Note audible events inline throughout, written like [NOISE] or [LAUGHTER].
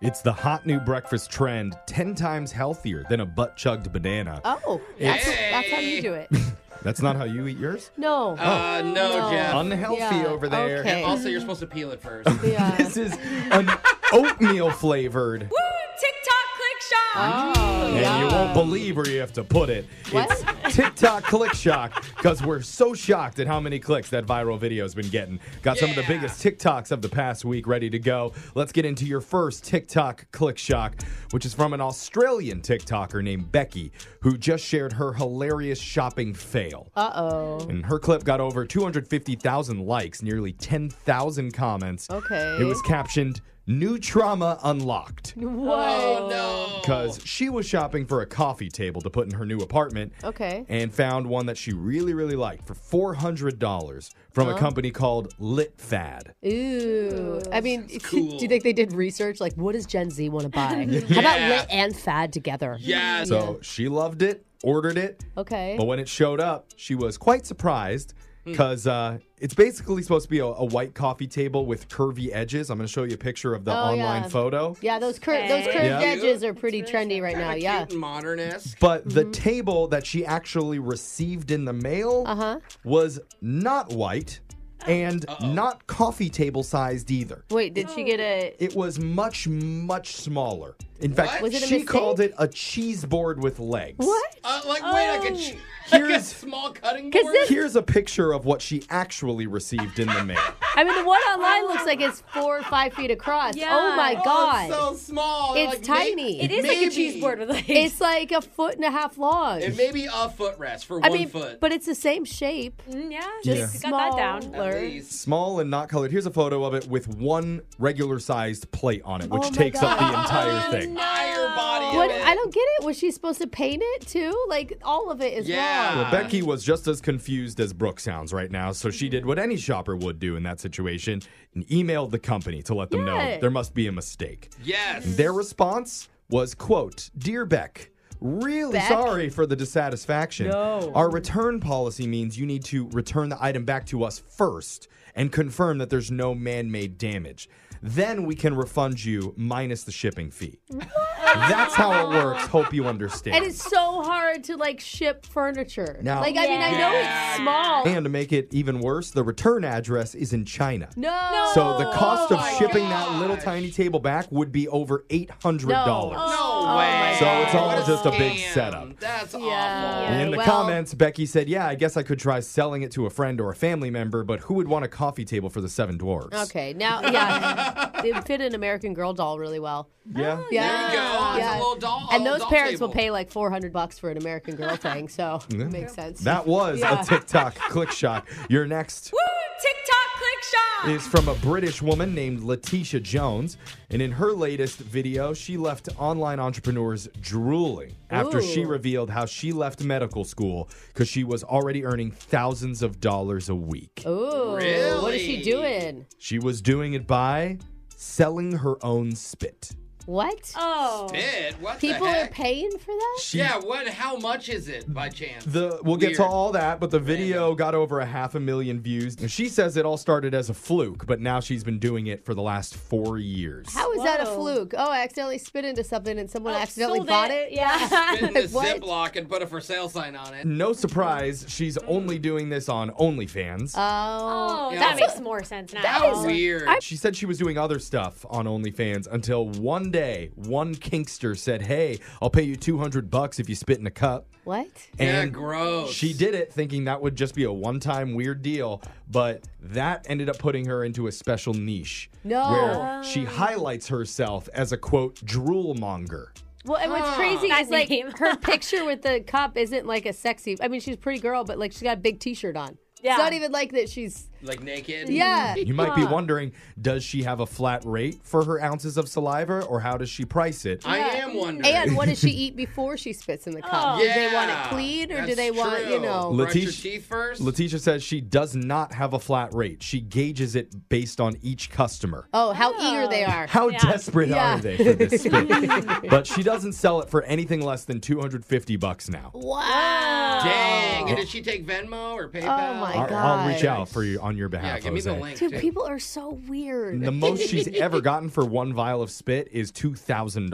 It's the hot new breakfast trend 10 times healthier than a butt chugged banana. Oh, that's, that's how you do it. That's not how you eat yours? No. Oh. Uh, no, Jeff. Unhealthy Yeah, over there. okay. also, you're supposed to peel it first. Yeah. [LAUGHS] This is an oatmeal flavored. TikTok click shop. Oh, And you won't believe where you have to put it. It's TikTok click shock because we're so shocked at how many clicks that viral video has been getting. Got some of the Yeah. biggest TikToks of the past week ready to go. Let's get into your first TikTok click shock, which is from an Australian TikToker named Becky, who just shared her hilarious shopping fail. Uh oh. And her clip got over 250,000 likes, nearly 10,000 comments. Okay. It was captioned New Trauma Unlocked Oh, Whoa. because she was shopping for a coffee table to put in her new apartment Okay. and found one that she really, really liked for $400 from a company called Lit Fad. Ooh. I mean, do you cool. think they did research? Like, what does Gen Z want to buy? How about Yeah. lit and fad together? Yes. So she loved it, ordered it, Okay. but when it showed up, she was quite surprised. Hmm. Because uh, it's basically supposed to be a, a white coffee table with curvy edges. I'm going to show you a picture of the Oh, yeah. online photo. Yeah, those cur- those curved Yeah. edges are pretty trendy right now. Yeah. Cute and modern esque. But Mm-hmm. the table that she actually received in the mail Uh-huh. Oh. was not white and not coffee table sized either. Wait, did she get a? It was much, much smaller. In fact, What? Was it a she mistake? called it a cheese board with legs. What? Uh, like, wait, I could. ch- like a Here's- small cutting Oh. 'Cause board. this- Here's a picture of what she actually received in [LAUGHS] the mail. I mean, the one online looks like it's four or five feet across. Oh my god. Oh, it's so small. It's Like, may- tiny. It It is like a maybe- cheese board with like. it's like a foot and a half long. It may be a footrest for I one mean, foot. but it's the same shape. yeah, Just just got that down. at smaller. least. Small and not colored. Here's a photo of it with one regular sized plate on it, which Oh my takes up the God. entire thing. Entire body. What? of it. I don't get it. Was she supposed to paint it too? Like all of it is Yeah. wrong. Well, Becky was just as confused as Brooke sounds right now, so she Mm-hmm. did what any shopper would do in that situation and emailed the company to let them know Yeah. there must be a mistake. Yes. Their response was, quote, Dear Beck, really Beck? sorry for the dissatisfaction. Our return policy means you need to return the item back to us first and confirm that there's no man-made damage. Then we can refund you minus the shipping fee. That's how it works. Hope you understand. And it's so hard hard to like ship furniture. No. Like I mean, I know it's small. And to make it even worse, the return address is in China. no. So the cost Oh of my shipping that gosh. little tiny table back would be over eight hundred No. dollars. No way. So it's all What a just a big scam. setup. That's Oh Oh, Yeah. awful. In the Well- comments, Becky said, "Yeah, I guess I could try selling it to a friend or a family member, but who would want a coffee table for the seven dwarves?" Okay, now [LAUGHS] yeah, they fit an American Girl doll really well. Yeah. Yeah, There you go. It's a little doll. And those doll parents table. will pay like four hundred bucks for an American Girl thing, so it makes sense. That was a TikTok [LAUGHS] click shock. Your next TikTok click shop. is from a British woman named Letitia Jones. And in her latest video, she left online entrepreneurs drooling after she Ooh. revealed how she left medical school because she was already earning thousands of dollars a week. Ooh, what is she Really? doing? She was doing it by selling her own spit. What? Oh. Bit? What the People are heck? paying for that? She- Yeah. What? How much is it by chance? The, we'll get to Weird. all that, but the video got over a half a million views. And she says it all started as a fluke, but now she's been doing it for the last four years. How is that a Whoa. fluke? Oh, I accidentally spit into something and someone accidentally Sold bought it. [LAUGHS] Yeah. Spin this What? Ziploc and put a for sale sign on it. No surprise, she's only doing this on OnlyFans. Oh, oh, Yeah. that makes more sense now. That How is- weird. she said she was doing other stuff on OnlyFans until one day one kinkster said, "Hey, I'll pay you 200 bucks if you spit in a cup." what? Yeah, gross. She did it thinking that would just be a one-time weird deal, but that ended up putting her into a special niche No. where she highlights herself as a quote drool monger. Well, and what's crazy That is like name. [LAUGHS] her picture with the cup isn't like a sexy. I mean, she's a pretty girl, but like she's got a big T-shirt on. Yeah. It's not even like that. She's Like naked. yeah. You might be wondering, does she have a flat rate for her ounces of saliva or how does she price it? I am wondering. [LAUGHS] And what does she eat before she spits in the cup? Do they want it Oh. Yeah, clean or do that's they want you true. know? Look- brush your Letitia- teeth first? Letitia says she does not have a flat rate. She gauges it based on each customer. Oh, how eager they are. How desperate Yeah. are they for this [LAUGHS] spit? but she doesn't sell it for anything less than 250 bucks now. Oh Wow. Dang. And did she take Venmo or PayPal? Oh my I'll, God. I'll reach out for you on your Yeah, behalf. give me the Jose. link. Dude, too. people [LAUGHS] are so weird. The most she's ever gotten for one vial of spit is $2,000.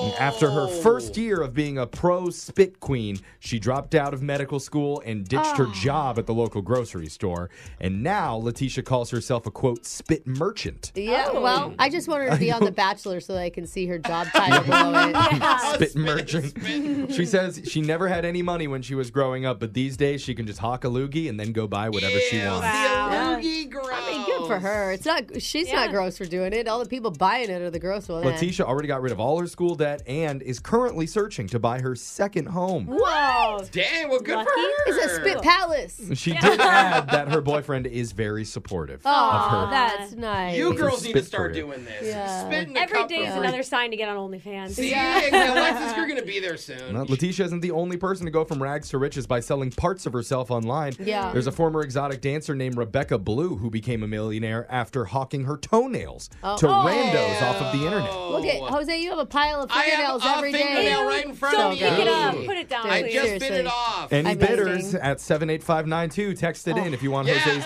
And After her first year of being a pro spit queen, she dropped out of medical school and ditched her job at the local grocery store. And now Letitia calls herself a quote spit merchant. Yeah, well, I just want her to be [LAUGHS] on The Bachelor so that I can see her job title below it. [LAUGHS] spit merchant. she says she never had any money when she was growing up, but these days she can just hawk a loogie and then go buy whatever she Ew, wants. Wow. The loogie gross. I mean, good for her. It's not. She's Yeah. not gross for doing it. All the people buying it are the gross ones. Letitia already got rid of all her school debt and is currently searching to buy her second home. [LAUGHS] Whoa. Dang, well, good Lucky. for her. It's a spit palace. She did add that her boyfriend is very supportive of Oh, her. that's nice. You girls It's a need to spit start career. doing this. Yeah. Spit in a Every cup day for is free. another sign to get on OnlyFans. See, yeah. Alexis, you're going to be there soon. Well, Letitia isn't the only person to go from rags to riches by selling parts of herself online. Yeah. There's a former exotic dancer named Rebecca Blue who became a millionaire after hawking her toenails to randos off Oh. of the internet. Look at Jose. You have a pile of I have fingernails a every day. fingernail right in front Don't of me. pick it up. Ooh. Put it down, Dude, I please. just bit Seriously. it off. Any Amazing. bidders at 78592, text it in if you want Oh. yeah, Jose's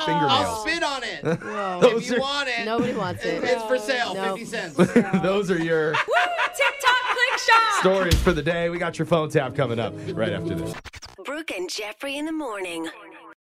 [LAUGHS] fingernails. I'll spit on it. Whoa. if you want it. Nobody wants it. It's for sale, No. 50 cents. Those are your TikTok click shop. stories for the day. We got your phone tap coming up right after this. Brooke and Jeffrey in the morning.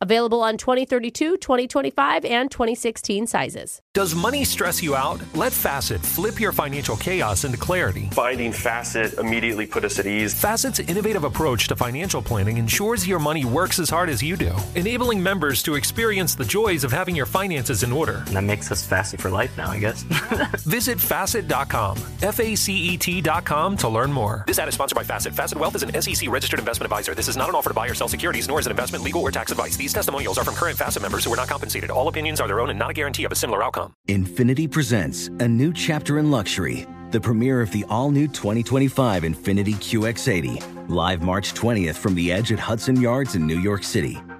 Available on 2032, 2025, and 2016 sizes. Does money stress you out? Let Facet flip your financial chaos into clarity. Finding Facet immediately put us at ease. Facet's innovative approach to financial planning ensures your money works as hard as you do, enabling members to experience the joys of having your finances in order. And that makes us Facet for life now, I guess. [LAUGHS] Visit facet.com, F A C E T.com to learn more. This ad is sponsored by Facet. Facet Wealth is an SEC registered investment advisor. This is not an offer to buy or sell securities, nor is it investment, legal, or tax advice. These testimonials are from current Facet members who are not compensated. All opinions are their own and not a guarantee of a similar outcome. Infinity presents a new chapter in luxury, the premiere of the all new 2025 Infinity QX80, live March 20th from the edge at Hudson Yards in New York City.